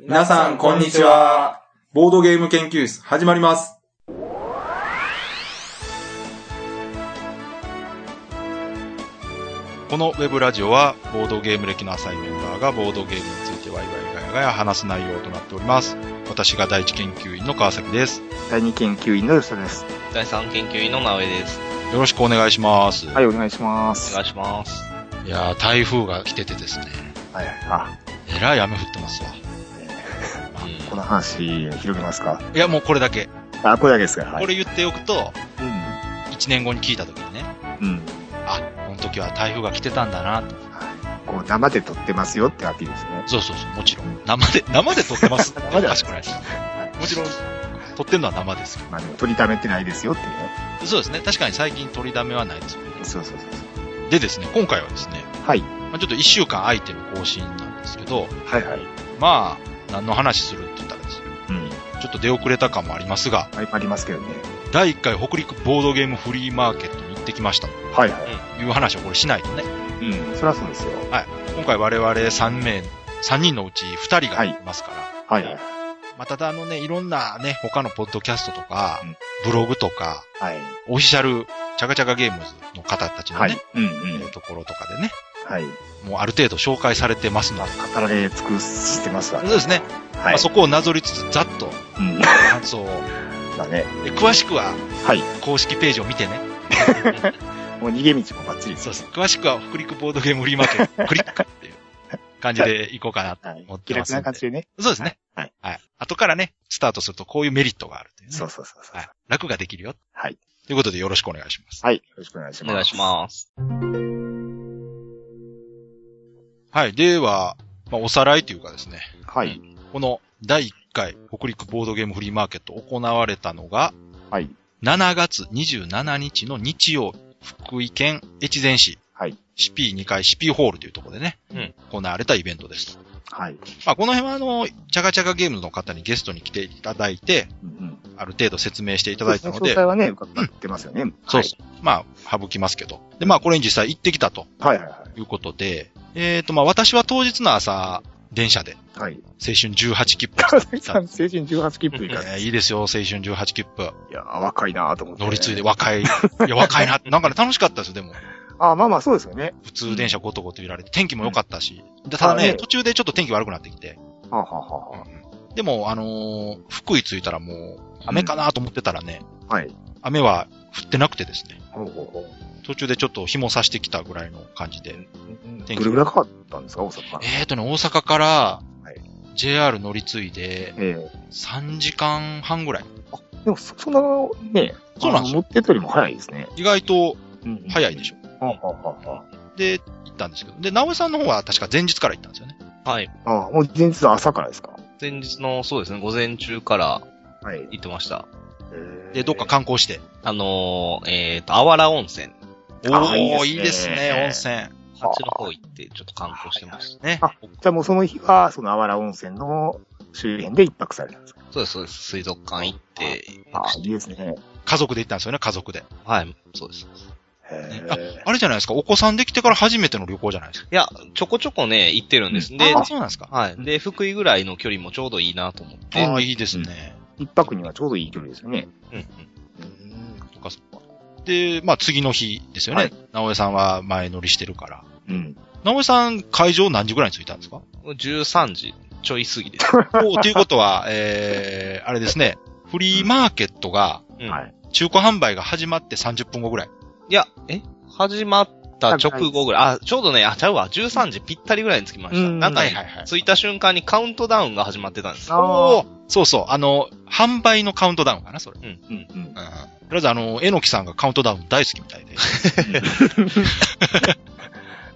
皆さん、こんにちは。ボードゲーム研究室、始まります。このウェブラジオは、ボードゲーム歴の浅いメンバーがボードゲームについてワイワイガヤガヤ話す内容となっております。私が第一研究員の川崎です。第二研究員の吉田です。第3研究員の直江です。よろしくお願いします。はい、お願いしまおす。願いします。い、やー、台風が来ててですね、はい、あ、えらい雨降ってますわ。この話、広げますか。いや、もうこれだけ。あ、これだけですか。はい。これ言っておくと、う1年後に聞いた時にね、ん。うん。あ、この時は台風が来てたんだなと。はい。こう、生で撮ってますよってアピールですね。そうそうそう、もちろん。生で、生で撮ってます。 生でおかしくないです。もちろん、撮ってるのは生ですけまあでも、撮りためてないですよっていうね。ど。そうですね、確かに最近撮りだめはないですよね。そうそうそうそでですね、今回はですね、う。はい。まあ、ちょっと一週間空いての更新なんですけど、はいはい。まあ、何の話するって言ったらですね、うん。ちょっと出遅れた感もありますが、ありありますけどね。第1回北陸ボードゲームフリーマーケットに行ってきましたとはいはい。いう話をこれしないとね、うん。そりゃそうですよ。今回我々3名、3人のうち2人がいますから、はいはい。まあ、ただあのね、いろんなね、他のポッドキャストとかうん、ブログとか、はい。オフィシャル、チャカチャカゲームズの方たちのはね、い。うんうえんー。ところとかでね、はい。もうある程度紹介されてますので、語られ尽くしてますわそう。ですね、はまいあ、。そこをなぞりつつ、ざっとうん。感想をだね。で詳しくは、はい。公式ページを見てね。もう逃げ道もバッチリですそうです。詳しくは、北陸ボードゲームフリーマーケッ ト、クリックっていう感じでいこうかなと。はい持っ。て気ま楽すんでな感じでね。そうですね。はい。はい。後からね、スタートするとこういうメリットがあるっていうね。そうそうそうそうはい。。楽ができるよ。はい。ということでよろしくお願いします。はい。よろしくお願いしおます。願いします。はい。では、まあ、おさらいというかですね、す。はい。この第1回北陸ボードゲームフリーマーケット行われたのが、はい。 7月27日の日曜日、福井県越前市、はい。 CP2 階 CP ホールというところでね、うん行われたイベントです。はい。まあ、この辺はあの、チャカチャカゲームズの方にゲストに来ていただいて、うんうん。ある程度説明していただいたの詳で、細はね、伺ってますよね。そうそう。まあ、省きますけど。で、まあ、これに実際行ってきたとはい。はいはいいうことで、えっ、と、まあ、私は当日の朝、電車で、はい。はい。青春18切符を川崎さん、成人18切符いかえなーい。いいですよ、青春18切符。いやー、若いなーと思って。乗り継いで。若い。いや、若いな。なんかね、楽しかったですよ、でも。あーまあまあ、そうですよね。普通電車ごとごと揺られて、天気も良かったし。でただあね、ね途中でちょっと天気悪くなってきて。はあ、はあはでも、あのー福井着いたらもう、雨かなと思ってたらね、あ、はい。雨は降ってなくてですね、ほうほうほう途中でちょっと日も差してきたぐらいの感じで。気どれぐらいかかったんですか、大阪から。えーとね、大阪からはい JR 乗り継いでえ3時間半ぐらい。えでも、そ、そんな、ね、そうなんです持ってたよりも早いですね。意外と早いでししょ。ょ。はあ、はあ、はで、行ったんですけど。で、直江さんの方は確か前日から行ったんですよね。はい。あ。ああ、もう前日の朝からですか。前日の、そうですね、午前中からはい。行ってました。で、どっか観光して。あのー、えっ、と、あわら温泉。おあー、いいいいでですすねね、温泉。あっちの方行って、ちょっと観光してました。ね。あじゃあもうその日は、そのあわら温泉の周辺で一泊されたんですかそうです、そうです。水族館行って、ああ、いいですね。家族で行ったんですよね、家族で。はい、そうです。へえ。あれじゃないですか、お子さんできてから初めての旅行じゃないですか。いや、ちょこちょこね、行ってるんです。でで、、あそうなんですか。はい。で、福井ぐらいの距離もちょうどいいなと思って。ああ、いいですね。一泊にはちょうどいい距離ですよね。うんうんそっかそっか。で、まあ次の日ですよね。はい直江さんは前乗りしてるから。うん。直江さん、会場何時ぐらいに着いたんですか 13時ちょい過ぎ です。おーということは、えー、あれですね。フリーマーケットが、うんはい中古販売が始まって30分後ぐらい。いや、え始まった直後ぐらい。あ、ちょうどね、あ、ちゃうわ。13時ぴったりぐらいに着きました。うんなんかはね、はいはい。着いた瞬間にカウントダウンが始まってたんです。おーそうそう。あの、販売のカウントダウンかな、それ。うん。うんうん。うん。とりあえず、あの、えのきさんがカウントダウン大好きみたい で。い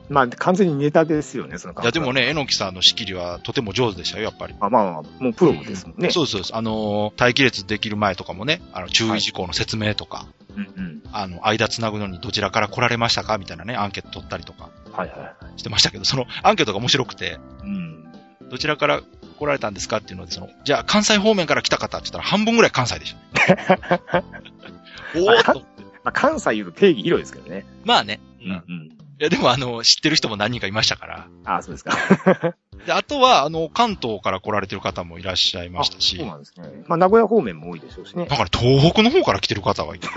まあ、完全にネタですよね、その感や、覚でも。ね、えのきさんの仕切りはとても上手でしたよ、やっぱり。あまあまあ、もうプロですもんね。そうですそうです。あの、待機列できる前とかもね、あの、注意事項の説明とか、うんうん。あの、間つなぐのにどちらから来られましたかみたいなね、アンケート取ったりとかはいはしてましたけど、そのアンケートが面白くて、い。うん。どちらから来られたんですかっていうので、その、じゃあ関西方面から来た方って言ったら半分ぐらい関西でしたね。おーっと。まあ、関西言うと定義広いですけどね。まあね。うんうん。や、でもあの、知ってる人も何人かいましたから。ああ、そうですか。で、あとは、あの、関東から来られてる方もいらっしゃいましたしそう、なんですね。まあ、名古屋方面も多いでしょうしね。だから東北の方から来てる方がい て、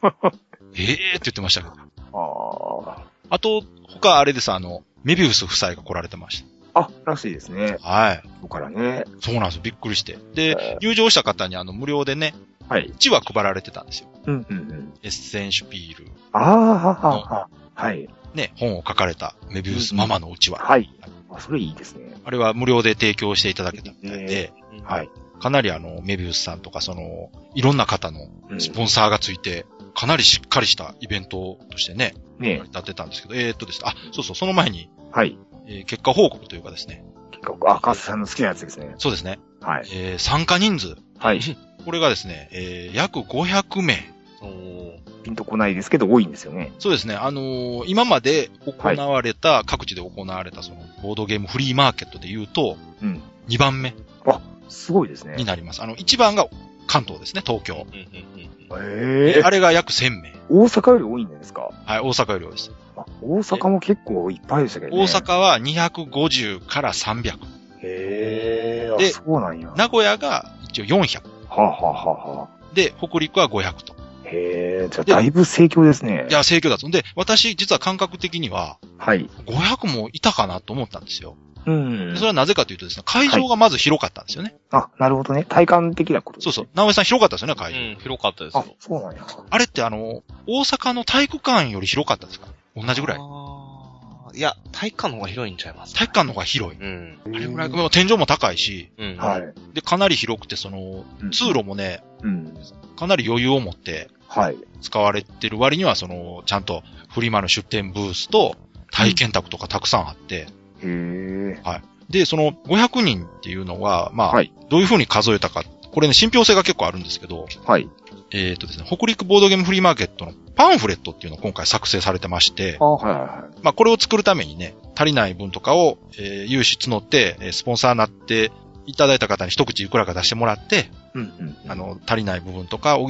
ええって言ってましたけど。ああと、他あれです、あの、メビウス夫妻が来られてましあ。あ、らしいですね。た。はい。ここからね。そうなんですよ。びっくりして。えで、入場した方にあの、無料でね、はい。 1話配られてたんですよ。うんうんうん。エッセンシュピール、ああ、ははは。はい。ね、本を書かれたメビウスママのうちは。はい。あ、それいいですね。あれは無料で提供していただけたみたいで、はいかなりあの、メビウスさんとか、その、いろんな方のうんスポンサーがついて、かなりしっかりしたイベントとしてね、成ねり立ってたんですけど、えーっとですね、あ、そうそう、その前に、はい。えー結果報告というかですね、結構、あ、川瀬さんの好きなやつですね。そうですね、はい。えー参加人数、はい。これがですね、えー約500名。おーピンとこないですけど、多いんですよね。そうですね、あのー今まで行われた、各地で行われた、その、ボードゲームフリーマーケットで言うと、うん。 2番目すごいですね。になります。あの、1番が関東ですね、東京。うんうんうんええあれが約1000名。大阪より多いんですかはい、大阪より多いです。あ大阪も結構いっぱいでしたけどね。大。阪は250から300。へえ。であ、そうなんや。は名古屋が一応400。あ、はあはあはあ、で、北陸は500と。へえ、じゃあでだいぶ盛況ですねい。や、盛況だと。で、私、実は感覚的には、はい。 500もいたかなと思ったんですよ。うんそれはなぜかというとですね、会場がまず広かったんですよね。あ、なるほどね。体感的なこと、。そうそうう。直江さん広かったですよね、会場。うん、広かったですよあ。、そうなんや。あれってあの、大阪の体育館より広かったですか同じぐらい。あーいや、体育館の方が広いんちゃいます体育館の方が広い。うん。あれぐらい、もう天井も高いし、うん。。はいい。で、かなり広くて、その、通路もね、うん。かなり余裕を持ってはい。使われてる割には、その、ちゃんとフリマの出店ブースと体験卓とかたくさんあって、へえ。で、その500人っていうのは、まあ、はいどういうふうに数えたか、これね、信憑性が結構あるんですけど、はい。えっ、とですね、北陸ボードゲームフリーマーケットのパンフレットっていうのを今回作成されてましてあ、、はいはまあ、これを作るためにね、足りない分とかを、えー融資募って、えースポンサーになっていただいた方に一口いくらか出してもらって、いはい。うんうん。あ、の、足りない部分とか補う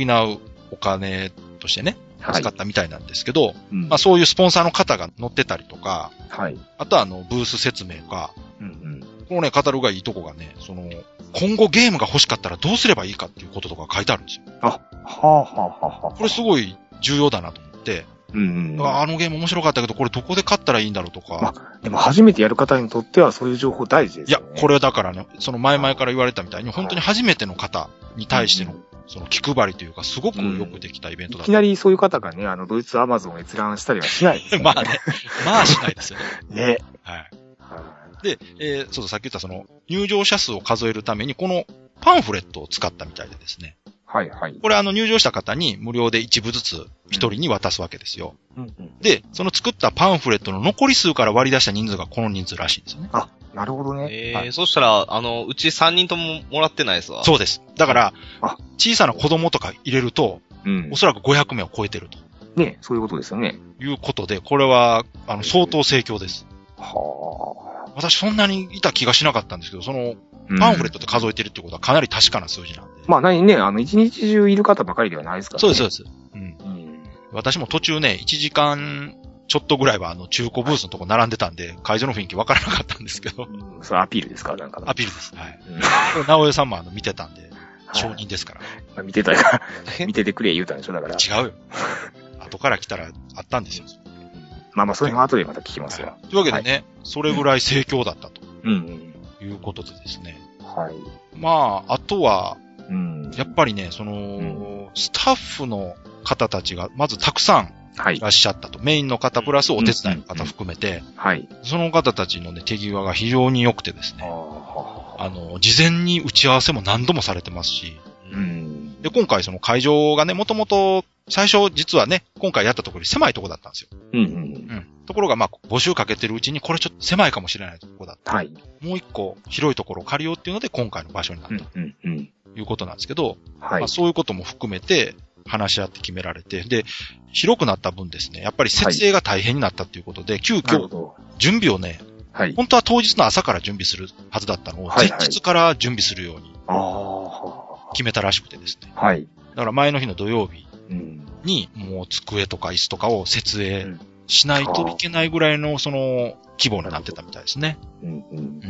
お金としてね、はい使っ。たみたいなんですけど、うんまあ、そういうスポンサーの方が乗ってたりとか、はい。あとはあの、ブース説明か、うんうん。このね、カタログがいいとこがね、その、今後ゲームが欲しかったらどうすればいいかっていうこととか書いてあるんですよ。あ、はあはあはあはあ。これすごい重要だなと思って、うんうん。ああのゲーム面白かったけど、これどこで買ったらいいんだろうとか、でも初めてやる方にとってはそういう情報大事でいすやよ、ね。これだからね、その前々から言われたみたいに、本当に初めての方に対してのうん、その気配りというか、すごくよくできたイベントいだっきなりそういう方がね、あの、ドイツアマゾン閲覧したりはしないですた。よね。 まあね、まあしないですよね。ね。 はい。はで、えーそうそう、さっき言ったその、入場者数を数えるために、このパンフレットを使ったみたいでですね。いはい。これあの、入場した方に無料で一部ずつ一人に渡すわけですよ。うんうん。で、その作ったパンフレットの残り数から割り出した人数がこの人数らしいんですね。なるほどね。えーはいそしたら、あの、うち3人とももらってないですわ。そうです。だからあ、小さな子供とか入れると、うんお。そらく500名を超えてると。ね、そういうことですよね。いうことで、これは、あの、相当盛況です。は私そんなにいた気がしなかったんですけど、その、あ。パンフレット。トで数えてるってことはかなり確かな数字なんで。まあ、何ね、あの、一日中いる方ばかりではないですからそうです、ね。そうす。です。うん。うん。私も途中ね、1時間ちょっとぐらいは、あの、中古ブースのとこ並んでたんで、会場の雰囲気わからなかったんですけど、うんそれアピールですかなんかの。アピールです。はい。うんこれ、直江さんもあの、見てたんで、承はい認ですから。まあ見てた から、え見ててくれ言うたんでしょだから。違うよ。後から来たらあったんですよ。まあまあ、それも後でまた聞きますわ。というわけでね、それぐらい盛況だったとうんいうことでですね。うん。はい。まあ、あとは、うん。やっぱりね、その、スタッフの方たちが、まずたくさんはいい。らっしゃったと。メインの方プラスお手伝いの方含めて、はい。その方たちのね、手際が非常に良くてですあね。あ。あの、事前に打ち合わせも何度もされてますし、う。うんん。で、今回その会場がね、もともと、最初実はね、今回やったところ狭いとこだったんですよ。うんうん。うん。ところがまあ、募集かけてるうちに、これちょっと狭いかもしれないところだっはい。た。もう一個広いところを借りようっていうので、今回の場所になっうんうんうん。たということなんですけど、はいまあ、。そういうことも含めて話し合って決められて、で、広くなった分ですね、やっぱり設営が大変になったということで、急なるほ遽ど。準備をね、はい。本当は当日の朝から準備するはずだったのを、はい前はい日から準備するようにああ。決めたらしくてですね。はい。だから前の日の土曜日うん。に、もう机とか椅子とかを設営しないといけないぐらいの、その、規模になってたみたいですね。うんうん。うんうん。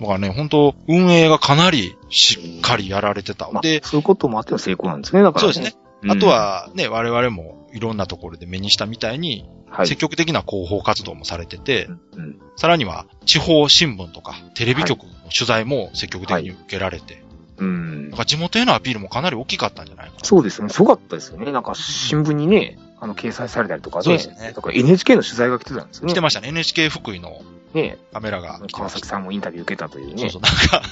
だからね、本当運営がかなりしっかりやられてた。まあで、、そういうこともあっての成功なんですね、だから、そうですね。。あとははね、我々もいろんなところで目にしたみたいに、はい。積極的な広報活動もされてて、うんさらには地方新聞とかテレビ局の取材も積極的に受けられて、うん。うんなんか地元へのアピールもかなり大きかったんじゃないかな。そうですね、すごかったですよね。なんか新聞にね、あの、掲載されたりとかね。そうですねだから NHK の取材が来てたんですよね。来てましたね。NHK 福井のねカメラが来て川まし崎た。さんもインタビュー受けたというそうねそう、。なんか、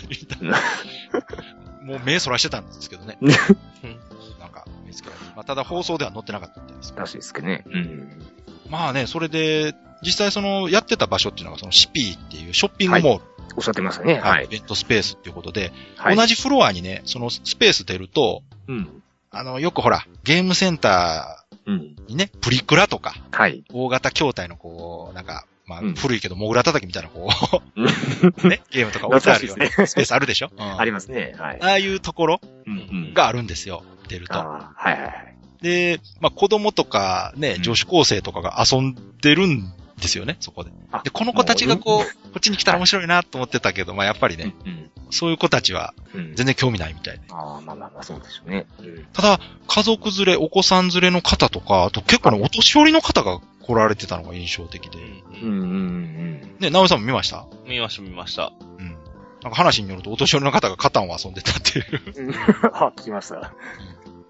もう目そらしてたんですけどね。ねなんか、目つけられてまあ、ただ放送では載ってなかったみたいです。らしいですけどね。うん。まあね、それで、実際その、やってた場所っていうのが、そのシピーっていうショッピングモール、おっしゃってましたね。ははい、イい。ベントスペースっていうことで、はい。同じフロアにね、そのスペース出ると、うん。あの、よくほら、ゲームセンタうん。ーにね、プリクラとか、はい。大型筐体のこう、なんか、まあ、うん古いけど、モグラ叩きみたいなこうんう、 ね、ゲームとか置いてあるような懐 かしいですねスペースあるでしょ、うんありますね。はい。ああいうところうんうん。があるんですよ、出ると。あーはいはいはい。で、まあ子供とかね、うん女子高生とかが遊んでるんですよね、そこであ。で、この子たちがこう、こっちに来たら面白いなと思ってたけど、まあやっぱりね、うん。そういう子たちはうん。全然興味ないみたいで。ああ、まあまあまあ、そうでしょうね。うん。ただ、家族連れ、お子さん連れの方とか、あと結構ね、お年寄りの方が来られてたのが印象的で。うんうんうんね、直江さんも見ました見ました、見ました。うん。なんか話によると、お年寄りの方がカタンを遊んでたっていう うん。 あ、聞きました。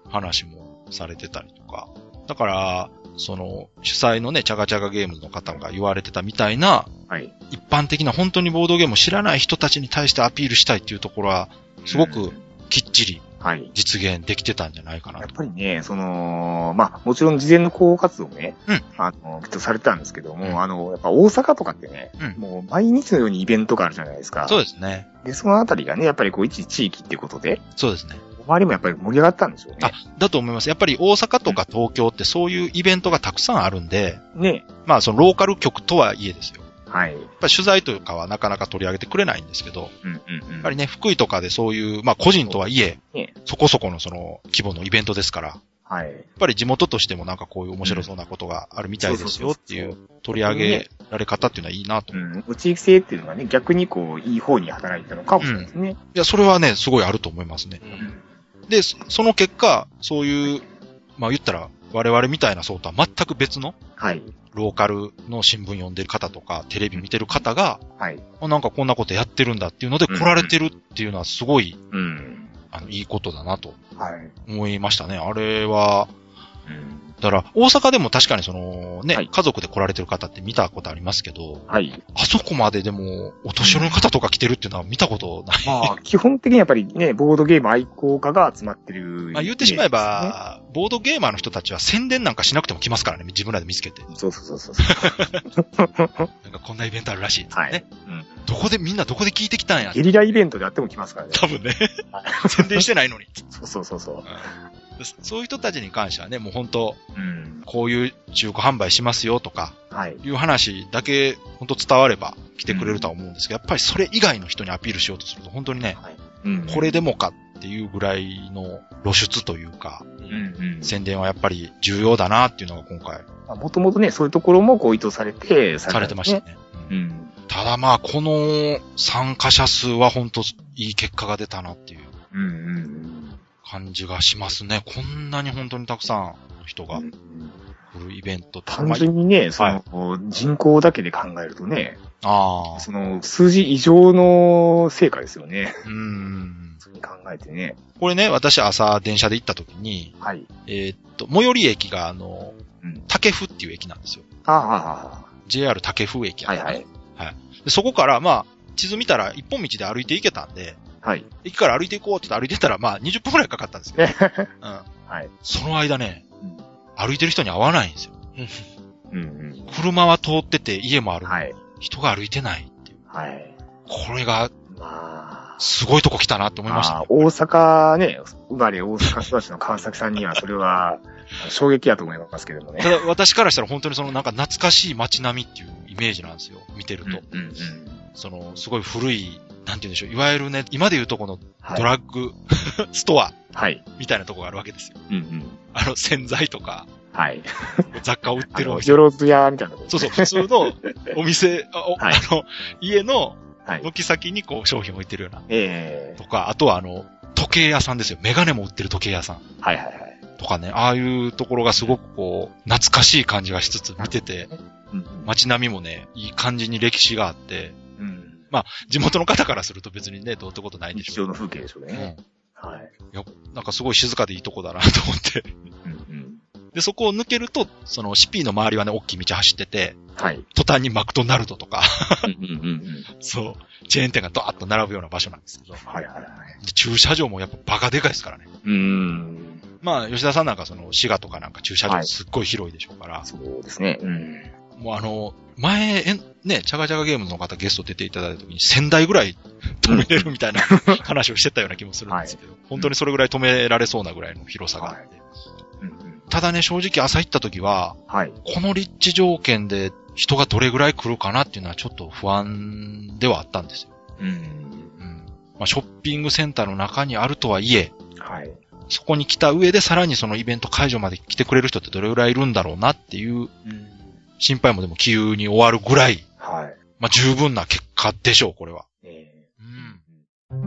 話もされてたりとか。だから、その、主催のね、チャガチャガゲームズの方が言われてたみたいな、はい。一般的な本当にボードゲームを知らない人たちに対してアピールしたいっていうところは、すごくきっちりはい。実現できてたんじゃないかなやっと。ぱりね、その、まあ、もちろん事前の広報活動ね、うんあの、きっとされてたんですけども、うんあの、やっぱ大阪とかってね、うんもう毎日のようにイベントがあるじゃないですか。そうでですね。そのあたりがね、やっぱりこう、一地域っていうことで、そうですね。周りもやっぱり盛り上がったんでしょうねあ。、だと思います。やっぱり大阪とか東京ってそういうイベントがたくさんあるんで、ね。まあそのローカル局とはいえですよ。はい。やっぱり取材というかはなかなか取り上げてくれないんですけど、うんうんうん。ややっぱりね、福井とかでそういう、まあ個人とはいえね、そこそこのその規模のイベントですから、やはい。っぱり地元としてもなんかこういう面白そうなことがあるみたいですよっていそう取り上げられ方っていうのはいいなと。ういん。地域性っていうのがね、逆にこう、いい方に働いたのかもしれないですね。や、それはね、すごいあると思いますねう。。うんん。で、そその結果、そういう、まあ言ったら我々みたいな層とは全く別のはい。ローカルの新聞読んでる方とか、テレビ見てる方が、はい。あなんかこんなことやってるんだっていうので来られてるっていうのはすごい、うん。あの、いいことだなとはい。思いましたね。あれは、うん。だから、大阪でも確かにその、ね、はい家族で来られてる方って見たことありますけど、はい。あそこまででも、お年寄りの方とか来てるっていうのは見たことない。まあ、基本的にやっぱりね、ボードゲーム愛好家が集まってる、まあ言ってしまえ、ば、ボードゲーマーの人たちは宣伝なんかしなくても来ますからね、自分らで見つけて。そうそうそうそう。なんかこんなイベントあるらしい、はい。ね。うん。どこで、みんなどこで聞いてきたんや。ゲリライベントであっても来ますからね。多分ね。 宣伝してないのに。そうそうそうそう。そういう人たちに関してはね、もう本当うん。こういう中古販売しますよとか、はい。いう話だけ、本当伝われば来てくれるとは思うんですけど、やっぱりそれ以外の人にアピールしようとすると、本当にね、はい。うん。これでもかっていうぐらいの露出というか、う。うんん宣伝はやっぱり重要だなっていうのが今回うん。もともとね、そういうところもこう意図されて、されてましたね。ううんん。ただまあ、この参加者数は本当いい結果が出たなっていううんうん感じがしますね。こんなに本当にたくさんの人うがん。来るイベントって単純にね、そはのい、人口だけで考えるとね、ああ。その、数字以上の成果ですよね。うん。普通に考えてね。これね、私朝電車で行った時に、はい。えーっと、最寄り駅があのうん、竹府っていう駅なんですよ。ああ、 JR 竹府駅はやいねはい。でそこから、まあ、地図見たら一本道で歩いて行けたんで、はい。駅から歩いて行こうって言って歩いてたら、まあ、20分くらいかかったんですけど、 うん。はい。その間ねうん、歩いてる人に会わないんですよ。うんうん。車は通ってて、家もある、はい。人が歩いてないっていう。はい。これが、まあ。すごいとこ来たなって思いましたあね、ー大阪ね、生まれ大阪育ちの川崎さんには、それは 衝撃やと思いますけれどもね。ただ、私からしたら本当にその、なんか懐かしい街並みっていうイメージなんですよ。見てると。うんうんその、すごい古い、なんて言うんでしょう。いわゆるね、今で言うとこのドはい。ラッグ、ストア はい。みたいなとこがあるわけですよ。うんうん。あの、洗剤とか、 はい。雑貨を売ってあるのお、よ店。ろずやみたいなとこそうそう、普通のお店、あおはいあの、家のはい軒先にこう商品を置いてるような。ええとか、あとはあの、時計屋さんですよ。メガネも売ってる時計屋さん。はいはいはい。とかね、ああいうところがすごくこう、懐かしい感じがしつつ見てて、うん。街並みもね、いい感じに歴史があって、うん。地元の方からすると別にね、どうってことないで日しょ常う。の風景でしょううね。ん、はい。なんかすごい静かでいいとこだなと思って。うんで、そこを抜けると、そのシピーの周りはね、大きい道走ってて、うん。はい。途端にマクドナルドとか、 うんうんうん。そう、チェーン店がドーッと並ぶような場所なんですけど、はいはいはい。で駐車場もやっぱバカでかいですからね。うん。まあ、吉田さんなんかその、滋賀とかなんか駐車場すっごい広いでしょうから、そうですね。うん。もうあの、前、えんね、チャガチャガゲームの方ゲスト出ていただいた時に1000台ぐらい 止めれるみたい な話をしてたような気もするんですけど、本当にそれぐらい止められそうなぐらいの広さがあって。うんうん。ただね、正直朝行った時は、はい。この立地条件で人がどれぐらい来るかなっていうのはちょっと不安ではあったんですよ。うん。うん。まあ、ショッピングセンターの中にあるとはいえ、はい。そこに来た上でさらにそのイベント会場まで来てくれる人ってどれぐらいいるんだろうなっていううん。心配もでも急に終わるぐらい、はい。まあ、十分な結果でしょう、これは。えうえん。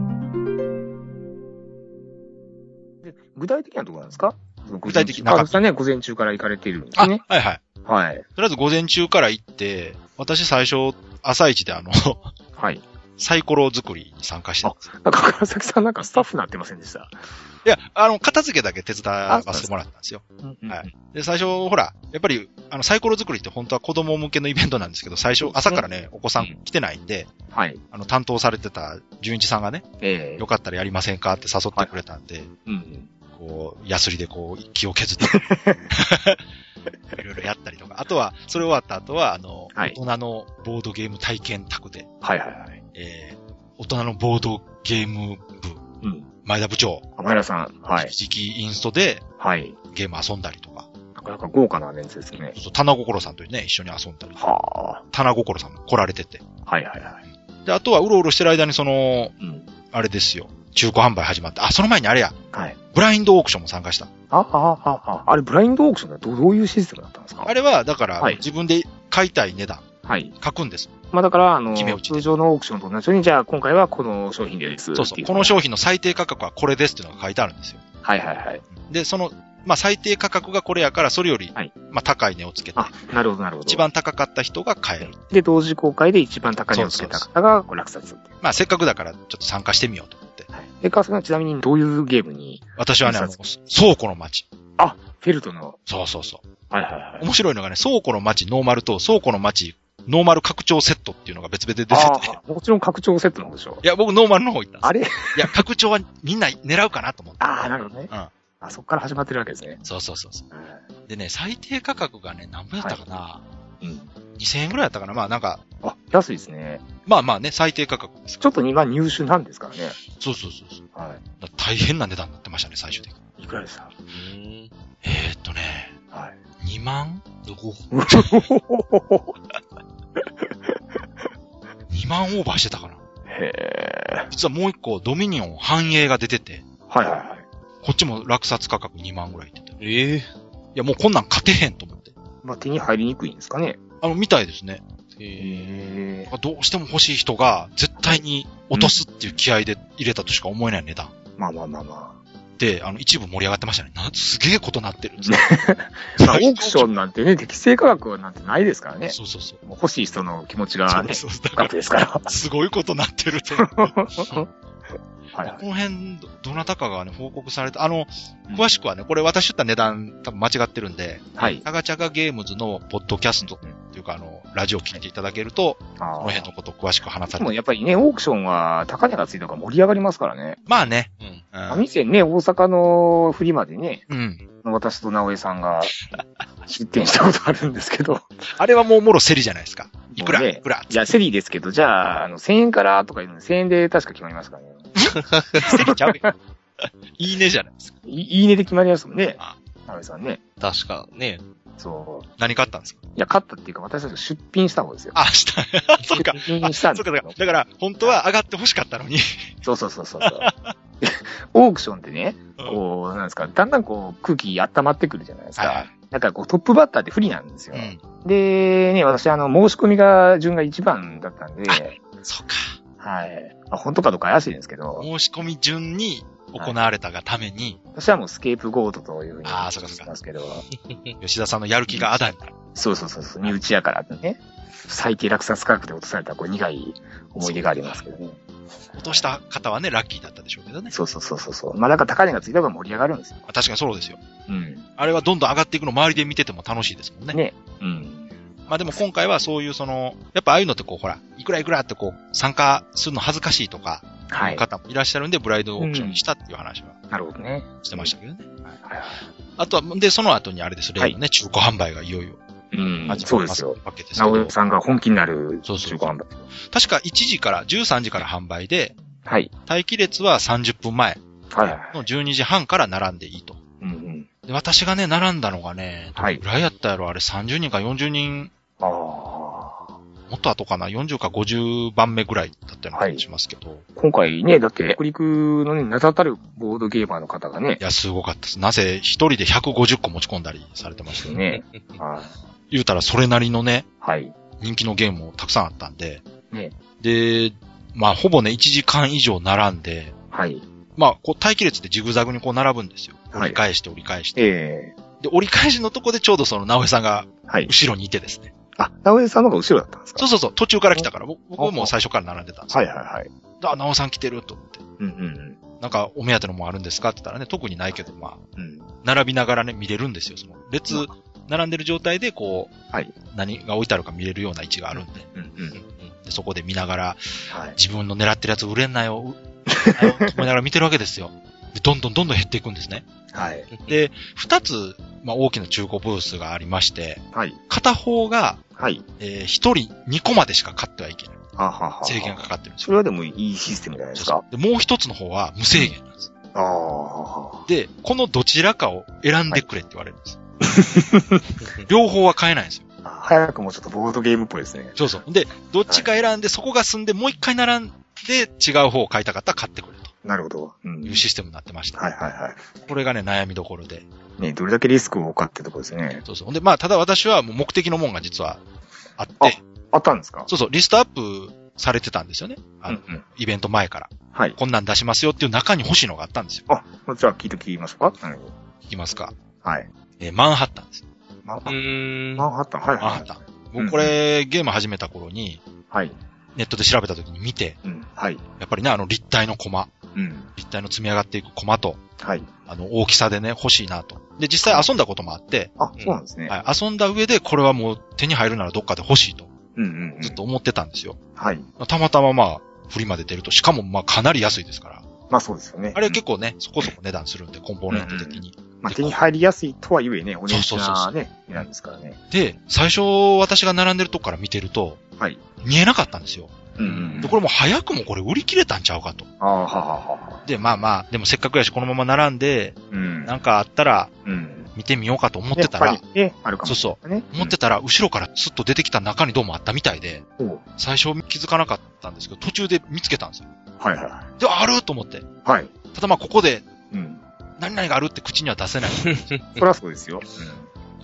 で具体的なところなんですか具体的な川崎さんね、午前中から行かれているんですあ、ね。はいはい。はい。とりあえず午前中から行って、私最初、朝一であの、はい。サイコロ作りに参加してたんですよ。なんか川崎さんなんかスタッフなってませんでした。いや、あの、片付けだけ手伝わせてもらったんですよ。ははい。で、最初、ほら、やっぱり、あの、サイコロ作りって本当は子供向けのイベントなんですけど、最初、朝からね、お子さん来てないんで、はい。あの、担当されてた純一さんがね、ええよかったらやりませんかって誘ってくれたんで、うん。こう、ヤスリでこう、気を削って、いろいろやったりとか。あとは、それ終わった後は、あの、はい大人のボードゲーム体験宅で、はいはいはい。えー、大人のボードゲーム部、うん。前田部長、天平さん。はい引。き続きインストではい。ゲーム遊んだりとか、なかなか豪華なメンツですね。そう棚心さんとね、一緒に遊んだり、は棚心さんも来られてて。あ。はいはいはい。で、あとはうろうろしてる間にその、うん。あれですよ、中古販売始まって、あ、その前にあれや、はい。ブラインドオークションも参加した。あ、あ、あ、あ、あ、あれブラインドオークションだどどういうシステムだったんですかあれは、だから、はい自分で買いたい値段、はい。書くんです。まあだから、あの、決め打ちで通常のオークションと同じように、じゃあ今回はこの商品です。そうそう。この商品の最低価格はこれですっていうのが書いてあるんですよ。品。はいはいはい。で、その、まあ、最低価格がこれやから、それより、はいまあ、高い値をつけて、あ、なるほどなるほど。一番高かった人が買える。で、同時公開で一番高値をつけた方がこう落札っていう。まあ、せっかくだから、ちょっと参加してみようと思って。はい。で、川崎さんはちなみにどういうゲームに、私はね、あの、そう倉庫の街。フェルトの、そうそうそう。はいはいはい。面白いのがね、倉庫の街ノーマルと倉庫の街ノーマル拡張セットっていうのが別々で出てて。ああ、もちろん拡張セットの方でしょい。や、僕ノーマルの方行ったんですあれいや、拡張はみんな狙うかなと思って。ああ、なるほどね。うんあそこから始まってるわけですね。そうそうそうそう。でね、最低価格がね、何分やったかな、うん。 ?2000 円ぐらいだったかなまあなんか、あ、安いですね。まあまあね、最低価格ですちょっと今入手なんですからね。そうそうそうそう。はだから大変な値段になってましたね、最終的に。い。いくらでしたうん。えー、っとね、はい。 2万どこ2万オーバーしてたかなへえ。実はもう一個、ドミニオン繁栄が出てて、はいはいはい。こっちも落札価格2万ぐらいって言ってた。いええや、もうこんなん勝てへんと思って。まあ、手に入りにくいんですかね。あの、みたいですね。へえ。どうしても欲しい人が絶対に落とすっていう気合で入れたとしか思えない値段まあまあまあまで、あの、一部盛り上がってましたね。な、すげえことなってる。 あ。まあ、オークションなんてね、適正価格なんてないですからね。そうそうそう。もう欲しい人の気持ちそがうね、そうそう。だから額ですから。すごいことなってると 思う。はいはい。この辺、どどなたかがね、報告された。あの、うん詳しくはね、これ私言った値段多分間違ってるんで、はい。タガチャガゲームズのポッドキャストっていうか、あの、ラジオ聞いていただけると、あこのあ。辺のことを詳しく話さでれもて。やっぱりね、オークションは高値がついたから盛り上がりますからね。まあね。うん。うあ、ん。以前ね、大阪のフリマでね、うん。私と直江さ んが出店したことあるんですけど。あれはもうもろセリじゃないですか。いくもら、ういねくら。じゃあ、セリーですけど、じゃあ、あの、1000円からとか言うの1000円で確か決まりますからね。 セリちゃう やんいいねじゃないですか。いいいねで決まりますもんねあ。直江さんね。確かね。そう。何買ったんですかいや、勝ったっていうか、私たち出品した方ですよ。あ、した。 そうか。出あ品したんそでうすか、よだから、だから本当は上がって欲しかったのに。そうそうそうそうそう。 オークションってね、うんこう、なんですか、だんだんこう、空気温まってくるじゃないですか。はいはいなんかこう、トップバッターって不利なんですよ。うん。で、ね、私、あの、申し込みが、順が一番だったんで、そうか。はい。まあ、本当かどうか怪しいんですけど、申し込み順に行われたがために、私はもうスケープゴートというふうにあーそうかそうか言ってますけど、吉田さんのやる気があだになる。そうそうそうそう、身内やからってね、最低落札価格で落とされた、こう、苦い思い出がありますけどね。落とした方はね、ラッキーだったでしょうけどね。そうそうそうそうそう。まあ、なんか高値がついた方が盛り上がるんですよ。まあ確かにそうですよ。うん。あれはどんどん上がっていくの周りで見てても楽しいですもんね。ね。うん。まあでも今回はそういうその、やっぱああいうのってこう、ほら、いくらいくらってこう、参加するの恥ずかしいとか、はい。方もいらっしゃるんで、ブライドオークションにしたっていう話はなるほどね。してましたけどね。はいはあとは、で、その後にあれです、例のね、中古販売がいよいよい。うん始そまうりでますすよ。わけですけ直ど江、さんが本気になるそうそう中古販売。確か1時から、13時から販売で、はい。待機列は30分前はいはいはい。の12時半から並んでいいと。うんうん。で、私がね、並んだのがね、どはれいぐらいやったやろ、あれ30人か40人、ああ。もっと後かな、40か50番目ぐらいだったような気がしますけど、い、今回ね、だって、北陸のね、名だたるボードゲーマーの方がね、や、すごかったです。なぜ、一人で150個持ち込んだりされてましたよね。ね、 あ言うたら、それなりのね、はい。人気のゲームもたくさんあったんで、ねで、まあ、ほぼね、1時間以上並んで、はい。まあ、こう、待機列でジグザグにこう並ぶんですよ。はい折り返して折り返して。ええで、折り返しのとこでちょうどその、直江さんがはい。後ろにいてですね。あ、直江さんの方が後ろだったんですかそうそうそう、途中から来たから、僕僕はもう最初から並んでたんですよ。はいはいはい。あ、直江さん来てると思って。うんうんなんか、お目当てのもんあるんですかって言ったらね、特にないけど、まあ、うん。うん。並びながらね、見れるんですよ。その、列、並んでる状態で、こう、はい何が置いてあるか見れるような位置があるんで。うんうん。でそこで見ながら、はい。自分の狙ってるやつ売れんなよ、 う売れんなよと思いながら見てるわけですよ。でどんどんどんどん減っていくんですね。はい。で、二つ、まあ、大きな中古ブースがありまして、はい。片方が、はい。えー、一人二個までしか買ってはいけない。はあはあはあ制限がかかってるんですそよ。れはでもいいシステムじゃないですか。でもう一つの方は無制限なんです。ああ。で、このどちらかを選んでくれって言われるん です。両方は買えないんですよ。早くもちょっとボードゲームっぽいですね。そうそう。で、どっちか選んで、そこが済んで、もう一回並んで、違う方を買いたかったら買ってくれとなるほど。うん。いうシステムになってました。はいはいはこれがね、悩みどころで。い。ね、どれだけリスクを負うかってとこですね。そうそう。で、まあ、ただ私はもう目的のもんが実はあって、ああったんですかそうそう、リストアップされてたんですよね。あの、うんうんイベント前から。はい。こんなん出しますよっていう中に欲しいのがあったんですよ。あ、じゃあ聞いてきましょうか。なるほど。いきますか。はい。えーマンハッタンです。まうーん。マンハッタン、はいマンハはッい。タン。僕これ、ゲーム始めた頃に、はい。ネットで調べた時に見て、うん、はい。やっぱりね、あの立体のコマ、うん、立体の積み上がっていくコマと、はい。あの、大きさでね、欲しいなと。で、実際遊んだこともあって、あ、そうなんですね。はい、遊んだ上で、これはもう手に入るならどっかで欲しいと、うん、うん、うん。ずっと。思ってたんですよ。はい。たまたままあ、フリまで出ると、しかもまあ、かなり安いですから。まあそうですよね。あれは結構ね、そこそこ値段するんで、コンポーネント的に。まあ手に入りやすいとはいえね、お値打ちそうそうそなうね、値段ですからね。で、最初私が並んでるとこから見てると、はい。見えなかったんですよ。うん、うん。で、これもう早くもこれ売り切れたんちゃうかと。ああ、ははは。で、まあまあ、でもせっかくやし、このまま並んで、うん。なんかあったらうん。見てみようかと思持ってたら、ね、あるかそもうしそれないね。う、思ってたら、後ろからスッと出てきた中にどうもあったみたいで、うんおう最初気づかなかったんですけど、途中で見つけたんですよ。はいはで、あると思って。い。はい。ただまあ、ここで、うん。何々があるって口には出せない。そりゃそうですよ。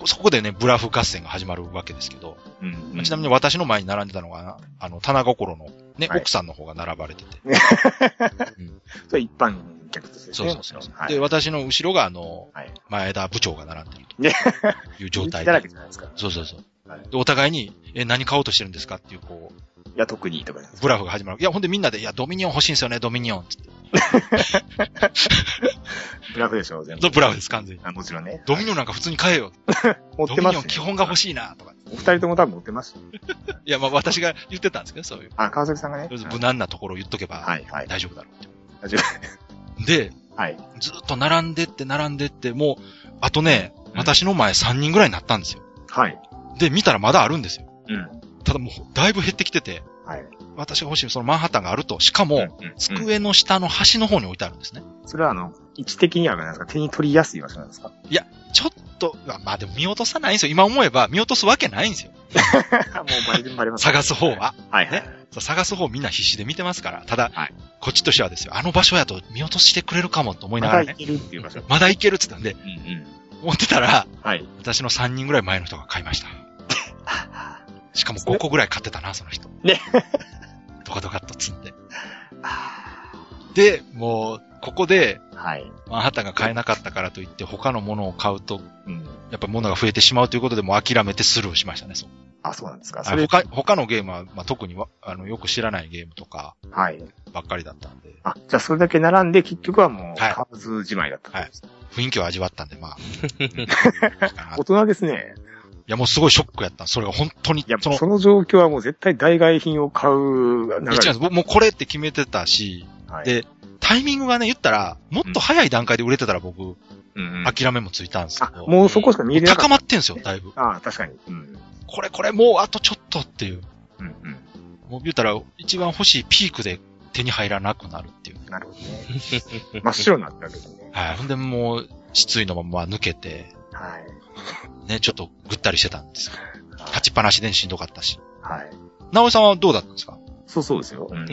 そこでね、ブラフ合戦が始まるわけですけど、うん。うん。ちなみに。に私の前に並んでたのが、あの、棚心のね、はい奥さんの方が並ばれてて。それ一般客としてですそうね。そうそう。はい。で、私の後ろが、あの、はい前田部長が並んでるねという 状態人気だらで。けじゃないですか。そうそうそう。はいでお互いに、え、何買おうとしてるんですかっていう、こう、いや、特にとかじゃないですブラフが始まる。いや、ほんでみんなで、いや、ドミニオン欲しいんですよね、ドミニオンっつって。ブラフでしょ、全そ部う。ブラフです、完全に。あもちろんね。ドミニオンなんか普通に買えよ。持っドてミますニオよン基本が欲しいな、とか。お二人とも多分持ってます。いや、まあ私が言ってたんですけど、そういう。あ、川崎さんがねとりあえ。ず無難なところを言っとけば、はいはい。大丈夫だろうって。大丈で、夫。はい。ずっと並んでって並んでって、もう、あとね、ん私の前3人ぐらいになったんですよ。はい。で、見たらまだあるんですよ。うん。ただもう、だいぶ減ってきてて、はい。私が欲しいそのマンハッタンがあると、しかも、うん、机の下の端の方に置いてあるんですね。それはあの、位置的にはあれなんですか手に取りやすい場所なんで すかちょっと、まあまあでも見落とさないんですよ。今思えば見落とすわけないんですよ。もうバレバレます。探す方は。はいはい。そう探す方みんな必死で見てますから。ただ、はいこっちとしてはですよ、あの場所やと見落としてくれるかもと思いまながたら行ね。けるっていう場所。まだいけるって言ったんで、うんうん。思ってたら、はい。私の3人ぐらい前の人が買い ました。あしかも5個ぐらい買ってたな、その人。ね。ドカドカっと積んで。あで、もう、ここで、はい。マンハッタンが買えなかったからといって、他のものを買うと、うん。やっぱ物が増えてしまうということで、もう諦めてスルーしましたね、そう。あ、そうなんですか。はそいれ、他他のゲームは、まあ、特にわあのよく知らないゲームとかはい。ばっかりだったんで、あ、じゃあそれだけ並んで、結局はもう、はい買わずじまいだったんです。雰囲気を味わったんで、まあ。うんいいか な大い人ですね。や、もうすごいショックやった。それが本当にいや、、そその、の状況はもう絶対代替品を買う流れ一応僕もうこれって決めてたし、はいでタイミングがね、言ったら、もっと早い段階で売れてたら僕、うんうん諦めもついたんですけあど、、もうそこしか見えてなか高っまってんすよ、だいぶ。た。あ、確かに。うん。これこれ、もうあとちょっとっていう。うんうもう言うたら、一番欲しいピークで手に入らなくなるっていう。ん。なるほどね。真っ白になったわけですね。はい。ほんでもう、失意のまま抜けて、はい。ね、ちょっとぐったりしてたんですよ。立ちっぱなしでしんどかったし。はい。直江さんはどうだったんですかそうそうですよ。うん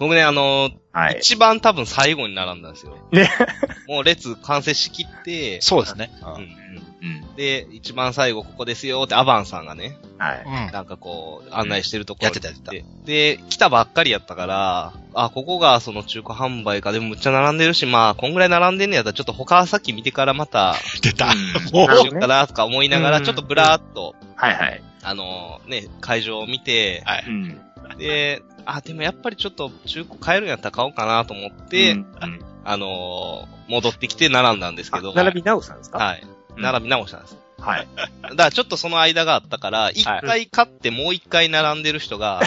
僕ね、あのはい。一番多分最後に並んだんですよ。ね。 もう列完成しき って、そうですね。うんううんで、一番最後ここですよってアバンさんがね、はい。ん。なんかこう、案内してるところ、やってたやってたで、来たばっかりやったから、あ、ここがその中古販売か、でもむっちゃ並んでるし、まあ、こんぐらい並んでんねやったら、ちょっと他先見てからまた、出た。もなるしほどようねかなとか思いながうら、んちょっとブラーっと、はいはい。あのね、会場を見て、はうい。ん。で、あ、でもやっぱりちょっと中古買えるんやったら買おうかなと思って、うんうんあのー戻ってきて並んだんですけあど、並び直したんですかはい。並び直したんです。び。はい。だからちょっとその間があったから、一回買ってもう一回並んでる人 が、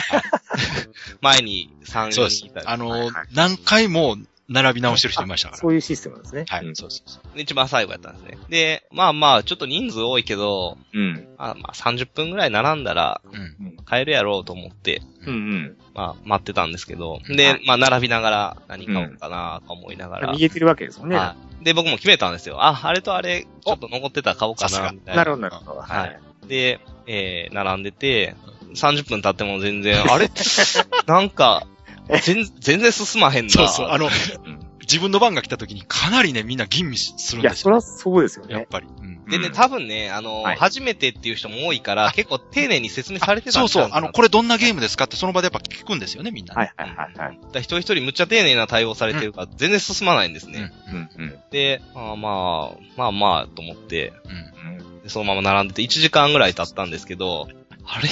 前に3、そ4う人ですいた。り。あの、はいはい何回も並び直してる人いましたから。そういうシステムなんですね。はうい。んそうそうそう。一番最後やったんですね。で、まあまあ、ちょっと人数多いけど、うん。あまあ30分ぐらい並んだらうん。買えるやろうと思って、うんうん。まあ待ってたんですけど、はで、まあ並びながら何買おうかなと思いながら、見えてるわけですもんね。はないで、僕も決めたんですよ。あ、あれとあれ、ちょっと残ってたら買おうかさすな、がみたいな。るほど、なるほど。はい。で、えー、並んでて、30分経っても全然、あれなんか、全全然進まへんな。そうそう。あのん、自分の番が来た時にかなりね、みんな吟味するんいや、ですそよ。らそうですよやっね。ぱり。うんでね、うん多分ね、あの、はい初めてっていう人も多いから、結構丁寧に説明されてたそんうそう。あの、これ。れどんなゲームですかってその場でやっぱ聞くんですよね、みんなね。はいはいはいはい。だから一人一人むっちゃ丁寧な対応されてるから、全然進まないんですね。うんうんで、あーまあ、まあまあ、と思って、うん。うん。でそのまま並んでて1時間ぐらい経ったんですけど、あれ